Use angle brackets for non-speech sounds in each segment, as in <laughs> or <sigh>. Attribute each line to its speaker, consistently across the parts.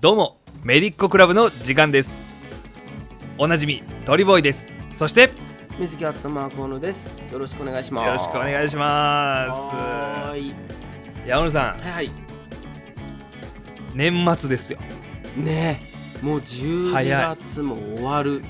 Speaker 1: どうもメリッコクラブの時間ですおなじみトリボーイですそしてよ
Speaker 2: 水木アットマークオノです。よろしくお願いします。
Speaker 1: ろしくお願いしま
Speaker 2: はーい。
Speaker 1: す山野さん
Speaker 2: はいはい。
Speaker 1: 年末ですよ
Speaker 2: ねえ、もう12
Speaker 1: 早い
Speaker 2: 月も終わる。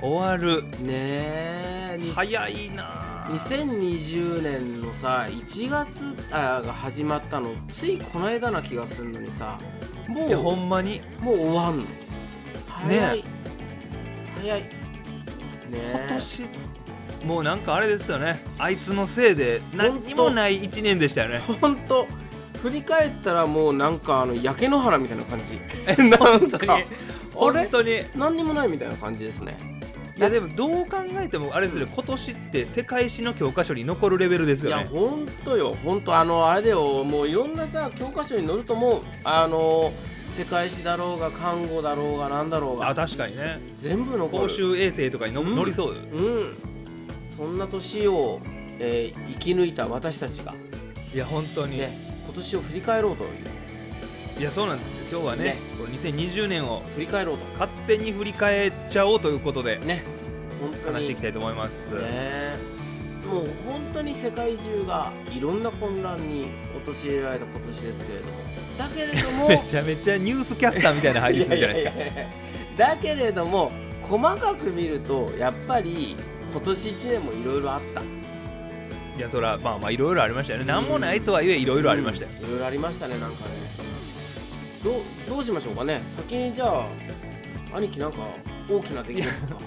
Speaker 1: 終わる
Speaker 2: ねえ、に
Speaker 1: 早いなぁ
Speaker 2: 2020年のさ、1月あが始まったの、ついこの間な気がするのにさ、も
Speaker 1: いやほ
Speaker 2: う、
Speaker 1: んまに
Speaker 2: もう終わんの。早い。
Speaker 1: ね
Speaker 2: 早い。ねえ。
Speaker 1: 今年もうなんかあれですよねあいつのせいで何にもない1年でしたよね
Speaker 2: ほんと振り返ったらもうなんかあの焼け野原みたいな感じ
Speaker 1: <laughs> 本当
Speaker 2: あ
Speaker 1: に
Speaker 2: れ
Speaker 1: 本当にい
Speaker 2: 何にもないみたいな感じですね
Speaker 1: やでもどう考えてもあれですよね今年って世界史の教科書に残るレベルです
Speaker 2: い
Speaker 1: よ
Speaker 2: や
Speaker 1: ね
Speaker 2: ほんとよほんとあのあれだよもういろんなさ教科書に載るともうあの世界史だろうが看護だろうがなんだろう
Speaker 1: あ
Speaker 2: が
Speaker 1: 確かにね
Speaker 2: 全部残
Speaker 1: 公
Speaker 2: る
Speaker 1: 衆衛星とかにの
Speaker 2: うん
Speaker 1: 乗りそう
Speaker 2: うんそんな年を、えー生き抜いた私たちが
Speaker 1: いや本当に
Speaker 2: ね今年を振り返ろうという
Speaker 1: いやそうなんですよ今日はね
Speaker 2: ね
Speaker 1: この2020年を
Speaker 2: 振り返ろうと
Speaker 1: 勝手に振り返っちゃおうということで
Speaker 2: ね本当に
Speaker 1: 話していきたいと思います
Speaker 2: ねもう本当に世界中がいろんな混乱に陥られた今年ですけれどもだけれど
Speaker 1: <laughs>
Speaker 2: も
Speaker 1: めちゃめちゃニュースキャスターみたいな入りするじゃないですか
Speaker 2: いやいやいやだけれども細かく見るとやっぱり今年1年もいろいろあった
Speaker 1: いやそらまあまあいろいろありましたよね何もないとはいえいろいろありましたよ
Speaker 2: いろいろありましたねなんかねどうどうしましょうかね先にじゃあ兄貴なんか大きな出来事
Speaker 1: <laughs>
Speaker 2: とか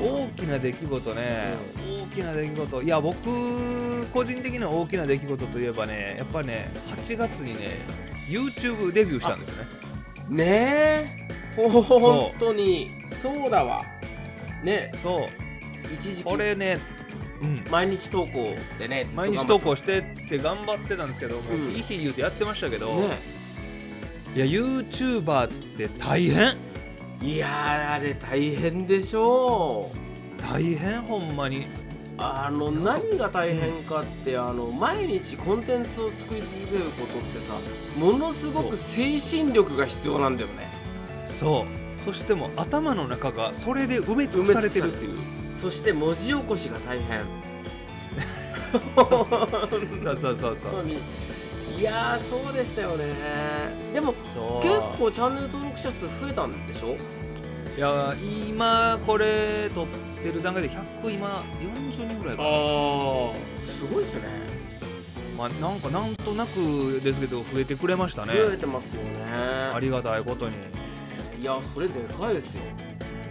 Speaker 1: 大きな出来事ね、大きな出来事いや僕個人的な大きな出来事といえばねやっぱね8月にね YouTube デビューしたんですよね
Speaker 2: ねえほ本当にそうだわね
Speaker 1: そう
Speaker 2: 一時期
Speaker 1: これねうん
Speaker 2: 毎日投稿でねずっと
Speaker 1: 毎
Speaker 2: 頑張っ
Speaker 1: 日
Speaker 2: て
Speaker 1: 投稿してって頑張ってたんですけども
Speaker 2: うん
Speaker 1: ひいひい言うてやってましたけど、
Speaker 2: ね
Speaker 1: いや YouTuber って大変
Speaker 2: いやーあれ大変でしょう
Speaker 1: 大変ほんまに
Speaker 2: あの何が大変かってあの毎日コンテンツを作り続けることってさものすごく精神力が必要なんだよね
Speaker 1: そうそしてもう頭の中がそれで埋め尽くされてるっていう
Speaker 2: そして文字起こしが大変
Speaker 1: そうそうそうそう
Speaker 2: 本当にいやーそうでしたよねでも
Speaker 1: そう
Speaker 2: 結構チャンネル登録者数増えたんでしょ
Speaker 1: いや今これ撮ってる段階で100今40人ぐらいかな
Speaker 2: あすごいっすね
Speaker 1: まあ、なんかなんとなくですけど増えてくれましたね
Speaker 2: 増えてますよね
Speaker 1: ありがたいことに
Speaker 2: いやそれでかいですよ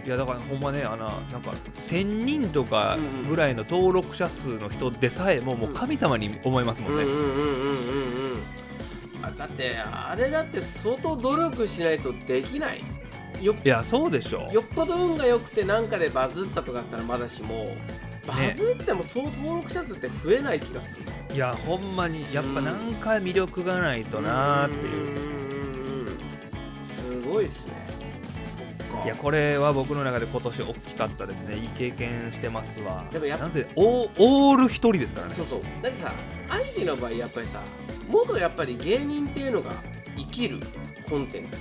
Speaker 1: いやだからほんまねあのなんか1000人とかぐらいの登録者数の人でさえももう神様に思いますも
Speaker 2: うん
Speaker 1: ん
Speaker 2: う
Speaker 1: ね、
Speaker 2: んうんうんうんうんあだってあれだって相当努力しないとできないよ
Speaker 1: いやそうでしょ
Speaker 2: よっぽど運が良くてなんかでバズったとかだったらまだしもバズっても総登録者数って増えない気がする
Speaker 1: いやほんまにやっぱなんか魅力がないとなーっていう
Speaker 2: うんうんうんうんすごいっすねそっか
Speaker 1: いやこれは僕の中で今年大きかったですねいい経験してますわ
Speaker 2: でもやっぱ
Speaker 1: なんせオーオール一人ですからね
Speaker 2: そうそうだってさアイディの場合やっぱりさ元やっぱり芸人っていうのが生きるコンテンツ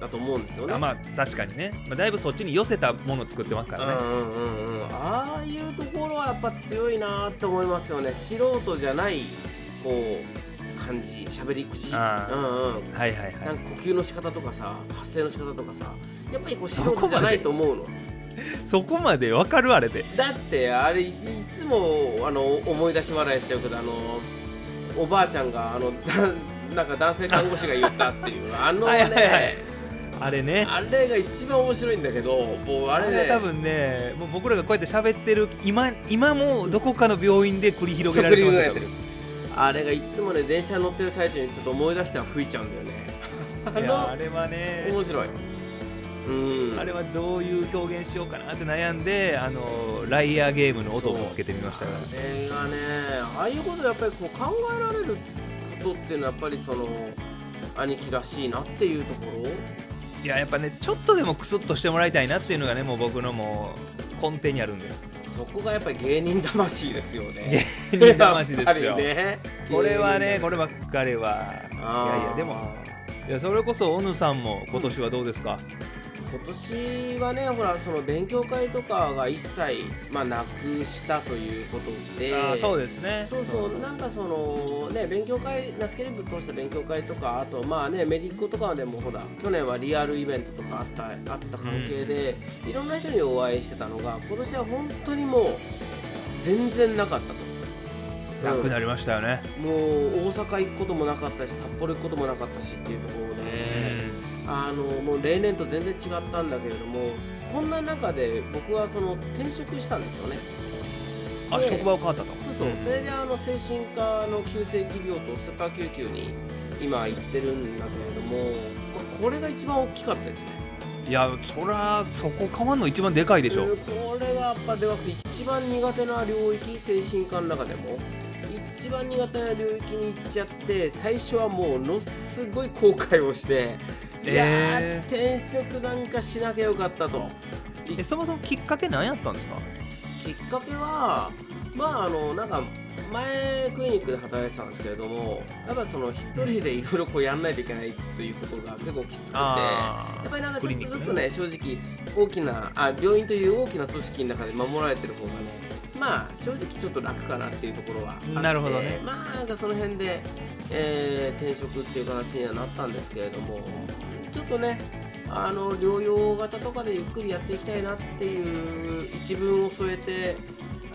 Speaker 2: だと思うんですよね
Speaker 1: あまあ確かにね、まあ、だいぶそっちに寄せたものを作ってますからね、
Speaker 2: うんうんうんうん、ああいうところはやっぱ強いなーって思いますよね素人じゃないこう感じ喋り口、
Speaker 1: あー
Speaker 2: うんうん、
Speaker 1: はいはい
Speaker 2: な
Speaker 1: は
Speaker 2: ん
Speaker 1: い
Speaker 2: か呼吸の仕方とかさ発声の仕方とかさやっぱりこう素人じゃないと思うの
Speaker 1: そこまでわかるあれで
Speaker 2: だってあれいつもあの思い出し笑いしてるけどあのおばあちゃんがあの <laughs> だなんか男性看護師が言ったっていうあのね
Speaker 1: はいはいはいあれね
Speaker 2: あれが一番面白いんだけどもうあ
Speaker 1: あれ
Speaker 2: れね
Speaker 1: は多分ねもう僕らがこうやって喋ってる今今もどこかの病院で繰り広げられてますよ多分
Speaker 2: あれがいつもね電車に乗ってる最中にちょっと思い出しては吹いちゃうんだよね
Speaker 1: いや <laughs>
Speaker 2: あ
Speaker 1: あれはね
Speaker 2: の面白いうん
Speaker 1: あれはどういう表現しようかなって悩んであのライアーゲームの音をつけてみましたから
Speaker 2: あれがねああいうことやっぱりこう考えられることっていうのはやっぱりその兄貴らしいなっていうところ
Speaker 1: いややっぱねちょっとでもクスッとしてもらいたいなっていうのがねもう僕のもう根底にあ
Speaker 2: <laughs>
Speaker 1: るんで
Speaker 2: そこがやっぱり芸人魂ですよね
Speaker 1: <laughs> 芸人魂ですよ
Speaker 2: やっぱりね
Speaker 1: これはね
Speaker 2: 芸人魂
Speaker 1: こればっかりはい
Speaker 2: あー
Speaker 1: やいやでもいやそれこそオヌさんも今年はどうですか、
Speaker 2: 今年はねほらその勉強会とかが一切、まあ、なくしたということで
Speaker 1: あーそうですね
Speaker 2: そうそうなんかそのね勉強会ナスケル部通した勉強会とかあとまあねメディックとかでもほら去年はリアルイベントとかあったあった関係で、いろんな人にお会いしてたのが今年は本当にもう全然なかったと。
Speaker 1: なくなりましたよね、
Speaker 2: もう大阪行くこともなかったし札幌行くこともなかったしっていうところで、あのもう例年と全然違ったんだけれどもこんな中で僕はその転職したんですよね
Speaker 1: あ
Speaker 2: で
Speaker 1: 職場を変わったと
Speaker 2: そうそう、それであの精神科の急性期病とスーパー救急に今行ってるんだけれども、まあこれが一番大きかったですね
Speaker 1: いやそらそこ変わんの一番でかいでしょ、
Speaker 2: うんこれがやっぱでかくて一番苦手な領域精神科の中でも一番苦手な領域に行っちゃって最初はもうものすごい後悔をして、いやー
Speaker 1: え
Speaker 2: 転職なんかしなきゃよかったと
Speaker 1: えそもそもきっかけ何やったんですか
Speaker 2: きっかけはまああのなんか前クリニックで働いてたんですけれどもやっぱその一人でいろいろこうやんないといけないということが結構きつくてや
Speaker 1: あ
Speaker 2: っぱりなんかち
Speaker 1: ク
Speaker 2: ょ
Speaker 1: リ
Speaker 2: っ
Speaker 1: ニッ
Speaker 2: と
Speaker 1: ク
Speaker 2: ず
Speaker 1: ね
Speaker 2: つね正直大きなあ病院という大きな組織の中で守られてる方がねまあ正直ちょっと楽かなっていうところはあって
Speaker 1: なるほどね
Speaker 2: まあなんかその辺で、えー転職っていう形にはなったんですけれどもちょっとねあの療養型とかでゆっくりやっていきたいなっていう一文を添えて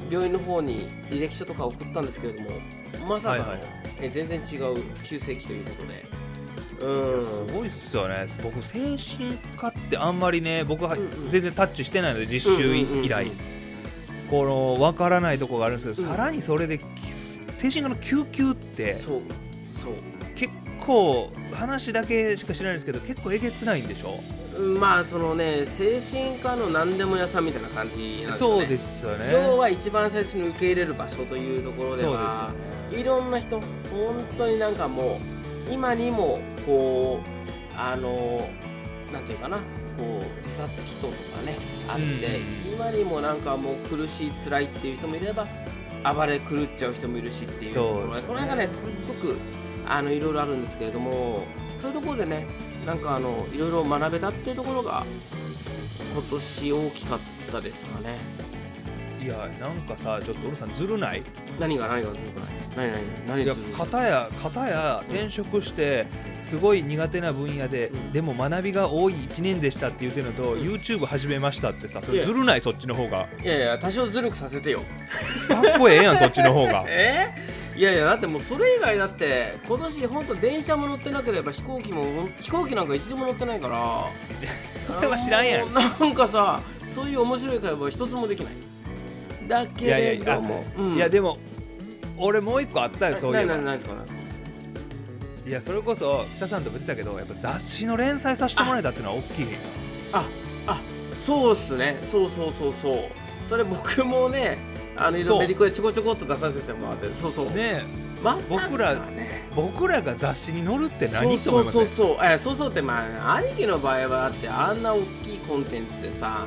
Speaker 2: 病院の方に履歴書とか送ったんですけれどもまさかの、
Speaker 1: はいはい
Speaker 2: えー全然違う急性期ということで。
Speaker 1: す
Speaker 2: うん
Speaker 1: ごいっすよね僕精神科ってあんまりね僕は
Speaker 2: うんうん
Speaker 1: 全然タッチしてないので実習
Speaker 2: うんうんうん
Speaker 1: 以来この分からないとこがあるんですけど
Speaker 2: うん
Speaker 1: さらにそれでき精神科の救急って
Speaker 2: そうそう
Speaker 1: 結構話だけしか知らないんですけど結構えげつないんでしょ
Speaker 2: まあそのね精神科の何でも屋さんみたいな感じなんですよ
Speaker 1: そう
Speaker 2: ね
Speaker 1: ですよね
Speaker 2: 要は一番最初に受け入れる場所というところでは
Speaker 1: そうです
Speaker 2: いろんな人本当になんかもう今にもこうあのなんていうかなこう自殺祈祷とかねあって、
Speaker 1: うん
Speaker 2: 今にもなんかもう苦しい辛いっていう人もいれば暴れ狂っちゃう人もいるしっていうところ
Speaker 1: そうで
Speaker 2: です
Speaker 1: ね
Speaker 2: この辺がねすっごくあのいろいろあるんですけれどもそういうところでねなんかあのいろいろ学べたっていうところが今年大きかったですかね。
Speaker 1: いやなんかさちょっとオルさんずるない
Speaker 2: 何が何がずるくない何何何
Speaker 1: いや
Speaker 2: ずるい
Speaker 1: 片や片や転職してすごい苦手な分野で、
Speaker 2: うん
Speaker 1: でも学びが多い1年でしたって言ってるのと、
Speaker 2: うん
Speaker 1: YouTube 始めましたってさそ
Speaker 2: い
Speaker 1: れ
Speaker 2: や
Speaker 1: ずるないそっちの方が
Speaker 2: いやいや多少ずるくさせてよ
Speaker 1: かっこええやんそっちの方が
Speaker 2: えーいやいやだってもうそれ以外だって今年本当電車も乗ってなければ飛行機もほん飛行機なんか一度も乗ってないから
Speaker 1: それは知らんや
Speaker 2: あの
Speaker 1: ん
Speaker 2: <laughs> なんかさそういう面白い会話は一つもできないだけ
Speaker 1: いやいや
Speaker 2: れ
Speaker 1: いや
Speaker 2: どもうん
Speaker 1: いやでも俺もう一個あったよそういえ
Speaker 2: な
Speaker 1: ば
Speaker 2: ななんですかなんですか
Speaker 1: いやそれこそ北さんとも言ってたけどやっぱ雑誌の連載させてもらえたってのは大きい
Speaker 2: ああそうっすねそうそうそうそうそれ僕もねあのいろい
Speaker 1: そう
Speaker 2: ろメリコでちょこちょこっと出させてもらってそうそう、
Speaker 1: ねえ
Speaker 2: まさか
Speaker 1: 僕ら
Speaker 2: ね
Speaker 1: 僕らが雑誌に載るって何と思います
Speaker 2: そ
Speaker 1: ね
Speaker 2: うそうそうそうえそうそうってまあ兄貴の場合はだってあんな大きいコンテンツでさ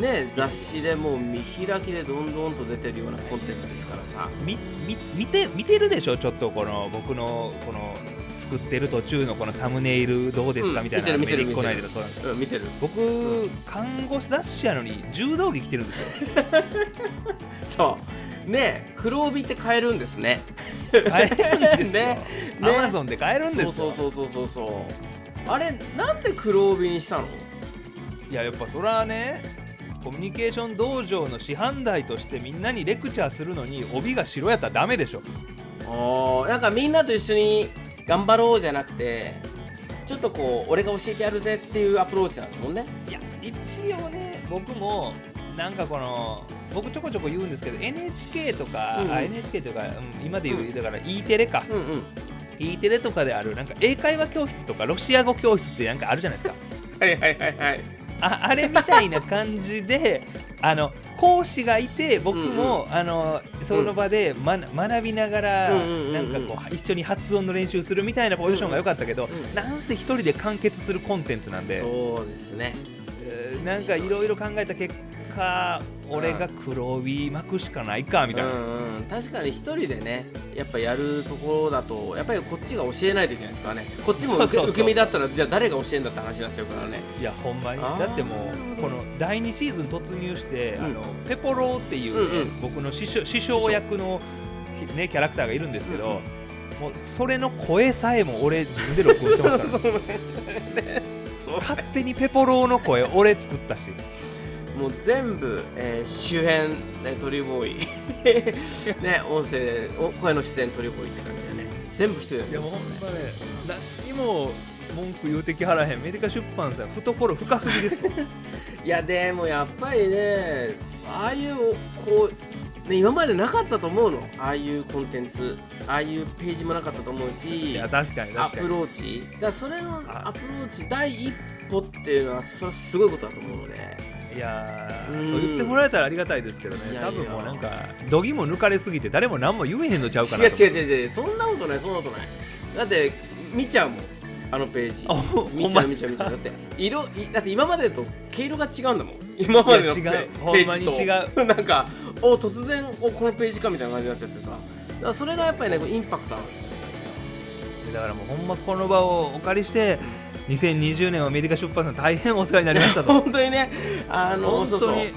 Speaker 2: ね雑誌でもう見開きでどんどんと出てるようなコンテンツですからさ
Speaker 1: みみ見て見てるでしょちょっとこの僕のこの作ってる途中のこのサムネイルどうですか、
Speaker 2: うん
Speaker 1: みたいな
Speaker 2: 見てる
Speaker 1: アメリ
Speaker 2: 見てる
Speaker 1: カこないでのそうなんです
Speaker 2: うん見てる
Speaker 1: 僕、看護師雑誌やのに柔道着着てるんですよ
Speaker 2: そうね黒帯って買えるんですね
Speaker 1: 買えるんですよ、
Speaker 2: ね
Speaker 1: アマゾンで買えるんですよ
Speaker 2: そうそうそうそうそうそうあれなんで黒帯にしたの
Speaker 1: いややっぱそれはねコミュニケーション道場の師範代としてみんなにレクチャーするのに帯が白やったらダメでしょ
Speaker 2: あーなんかみんなと一緒に頑張ろうじゃなくてちょっとこう俺が教えてやるぜっていうアプローチなんですもんね
Speaker 1: いや一応ね僕もなんかこの僕ちょこちょこ言うんですけど NHK とか、
Speaker 2: うんうん
Speaker 1: あ NHK とか、うん今で言う、
Speaker 2: うん
Speaker 1: だから E テレか、
Speaker 2: うんうん
Speaker 1: E テレとかであるなんか英会話教室とかロシア語教室ってなんかあるじゃないですか
Speaker 2: はいはいはいはい
Speaker 1: ああれみたいな感じで <laughs> あの講師がいて僕も、あのその場で、ま、学びながら、
Speaker 2: うんうんうんうん
Speaker 1: なんかこう一緒に発音の練習するみたいなポジションが良かったけど、
Speaker 2: うんうん
Speaker 1: なんせ一人で完結するコンテンツなんで。
Speaker 2: そうですね
Speaker 1: えーなんかいろいろ考えた結か俺が黒帯巻くしかないかみたいな、
Speaker 2: うんうん、確かに一人でねやっぱやるところだとやっぱりこっちが教えないといけないですからねこっち
Speaker 1: そ
Speaker 2: も受け
Speaker 1: うそうそう
Speaker 2: 受け身だったらじゃあ誰が教えんだって話になっちゃうからね
Speaker 1: いやほんまに
Speaker 2: あー
Speaker 1: だってもうこの第2シーズン突入して、
Speaker 2: うん
Speaker 1: あのペポローっていう、ね
Speaker 2: うんうん
Speaker 1: 僕の師匠師匠役の、ね、キャラクターがいるんですけど、もうそれの声さえも俺自分で録音してますから、ね、勝手にペポローの声俺作ったし
Speaker 2: もう全部、えー周辺、ね、トリボー
Speaker 1: <laughs>
Speaker 2: イね音声お声の出演トリボーイって感じでね全部一人でやってますもんね
Speaker 1: まね何も文句言うてきはらへんメディカ出版さん懐深すぎですよ
Speaker 2: いやでもやっぱりねああいうこう、ね、今までなかったと思うのああいうコンテンツああいうページもなかったと思う
Speaker 1: い
Speaker 2: し
Speaker 1: や確かに
Speaker 2: ア
Speaker 1: 確か
Speaker 2: プ
Speaker 1: に
Speaker 2: ローチだからそれの
Speaker 1: あ
Speaker 2: アプローチ第一歩っていうのはそれはすごいことだと思うので、
Speaker 1: いやー
Speaker 2: うん
Speaker 1: そう言ってもらえたらありがたいですけどね
Speaker 2: いやいや
Speaker 1: 多分もうなんか度肝抜かれすぎて誰も何も言えへんのちゃうかな
Speaker 2: 違う
Speaker 1: と思って
Speaker 2: 違う違う違うそんなことないそんなことないだって見ちゃうもんあのページ
Speaker 1: あほん
Speaker 2: 見ち
Speaker 1: ほん
Speaker 2: ゃう
Speaker 1: ま
Speaker 2: 見ちゃう見ちゃうだって色いだって今までと毛色が違うんだもん今までの
Speaker 1: い
Speaker 2: ペ
Speaker 1: や違うほんま
Speaker 2: ー
Speaker 1: に
Speaker 2: ジ
Speaker 1: 違う
Speaker 2: と <laughs> なんかお突然おこのページかみたいな感じになっちゃってさだからそれがやっぱりねこうインパクトあるんですよ
Speaker 1: だからもうほんまこの場をお借りして2020年はアメリカ出版さん大変お世話になりましたと
Speaker 2: <laughs> 本当にねあの
Speaker 1: 本
Speaker 2: そう
Speaker 1: 当
Speaker 2: そう
Speaker 1: に
Speaker 2: い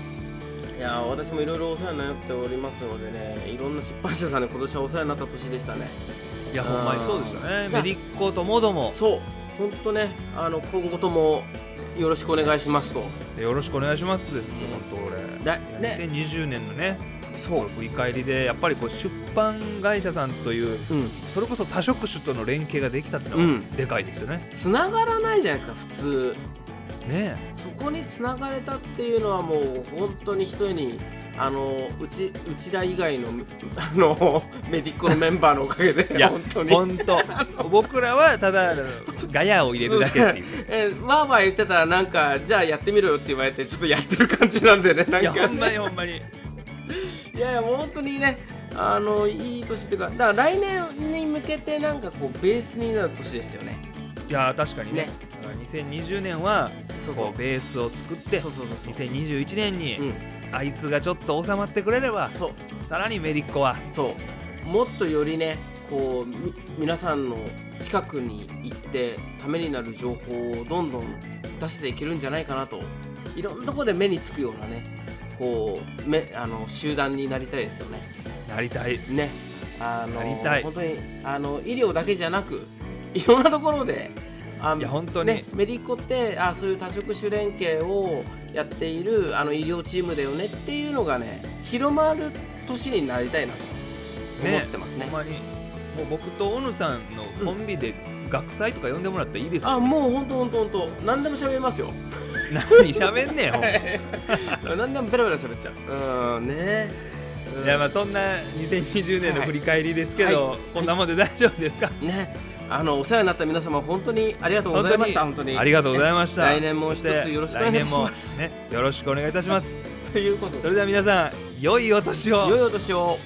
Speaker 2: やー私もいろいろお世話になっておりますのでねいろんな出版社さんに今年はお世話になった年でしたね
Speaker 1: いやほんまにそうですよね
Speaker 2: うん
Speaker 1: メディッコともども
Speaker 2: そう本当ねあの今後ともよろしくお願いしますと
Speaker 1: よろしくお願いしますです本当
Speaker 2: だ
Speaker 1: 俺、
Speaker 2: ね
Speaker 1: 2020年のね
Speaker 2: そ
Speaker 1: 振り返りでやっぱりこう出版会社さんという
Speaker 2: うん
Speaker 1: それこそ多職種との連携ができたっていう
Speaker 2: う
Speaker 1: のは
Speaker 2: ん
Speaker 1: でかいですよね、
Speaker 2: つながらないじゃないですか普通
Speaker 1: ねえ
Speaker 2: そこにつながれたっていうのはもう本当に一人にあのうちうちら以外の <laughs> あのメディックのメンバーのおかげで
Speaker 1: いや
Speaker 2: 本当に
Speaker 1: 本当僕らはただあのガヤを入れるだけっていう
Speaker 2: えーわーわー言ってたらなんかじゃあやってみろよって言われてちょっとやってる感じなんで <laughs> ねなんか
Speaker 1: いやほんまにほんまに
Speaker 2: いやいやもう本当にねあのいい年っていうかだから来年に向けてなんかこうベースになる年でしたよね
Speaker 1: いや確かにね
Speaker 2: ね
Speaker 1: だから2020年は
Speaker 2: そうそう
Speaker 1: こうベースを作って
Speaker 2: そうそうそうそう
Speaker 1: 2021年
Speaker 2: う
Speaker 1: に
Speaker 2: ん
Speaker 1: あいつがちょっと収まってくれれば
Speaker 2: そう
Speaker 1: さらにメディッコは
Speaker 2: そうもっとよりねこうみ皆さんの近くに行ってためになる情報をどんどん出していけるんじゃないかなといろんなところで目につくようなねこうめあの集団になりたいですよね
Speaker 1: なりたい
Speaker 2: ねあの
Speaker 1: なりたい
Speaker 2: 本当にあの医療だけじゃなく <laughs> いろんなところであ
Speaker 1: いや本当に
Speaker 2: ね、メディコってあそういう多職種連携をやっているあの医療チームだよねっていうのがね広まる年になりたいなと思ってますね
Speaker 1: ほんまにもう僕とオヌさんのコンビで学祭とか呼んでもらったらいいです
Speaker 2: あ
Speaker 1: よ、
Speaker 2: もう本当本当本当何でも喋りますよ
Speaker 1: 何喋んねんほんま
Speaker 2: <laughs> 何でもベラベラ喋っちゃううんねうん
Speaker 1: いやまあそんな2020年の振り返りですけど、
Speaker 2: はい
Speaker 1: こんなもんで大丈夫ですか、
Speaker 2: ねあのお世話になった皆様本当にありがとうございました本当に
Speaker 1: ありがとうございました
Speaker 2: 来年も
Speaker 1: そ
Speaker 2: 一
Speaker 1: し
Speaker 2: つ
Speaker 1: て
Speaker 2: よろしくお願いします
Speaker 1: 来年もねよろしくお願いいたします
Speaker 2: <laughs> ということ
Speaker 1: そ
Speaker 2: で
Speaker 1: れでは皆さん良いお年を
Speaker 2: 良いお年を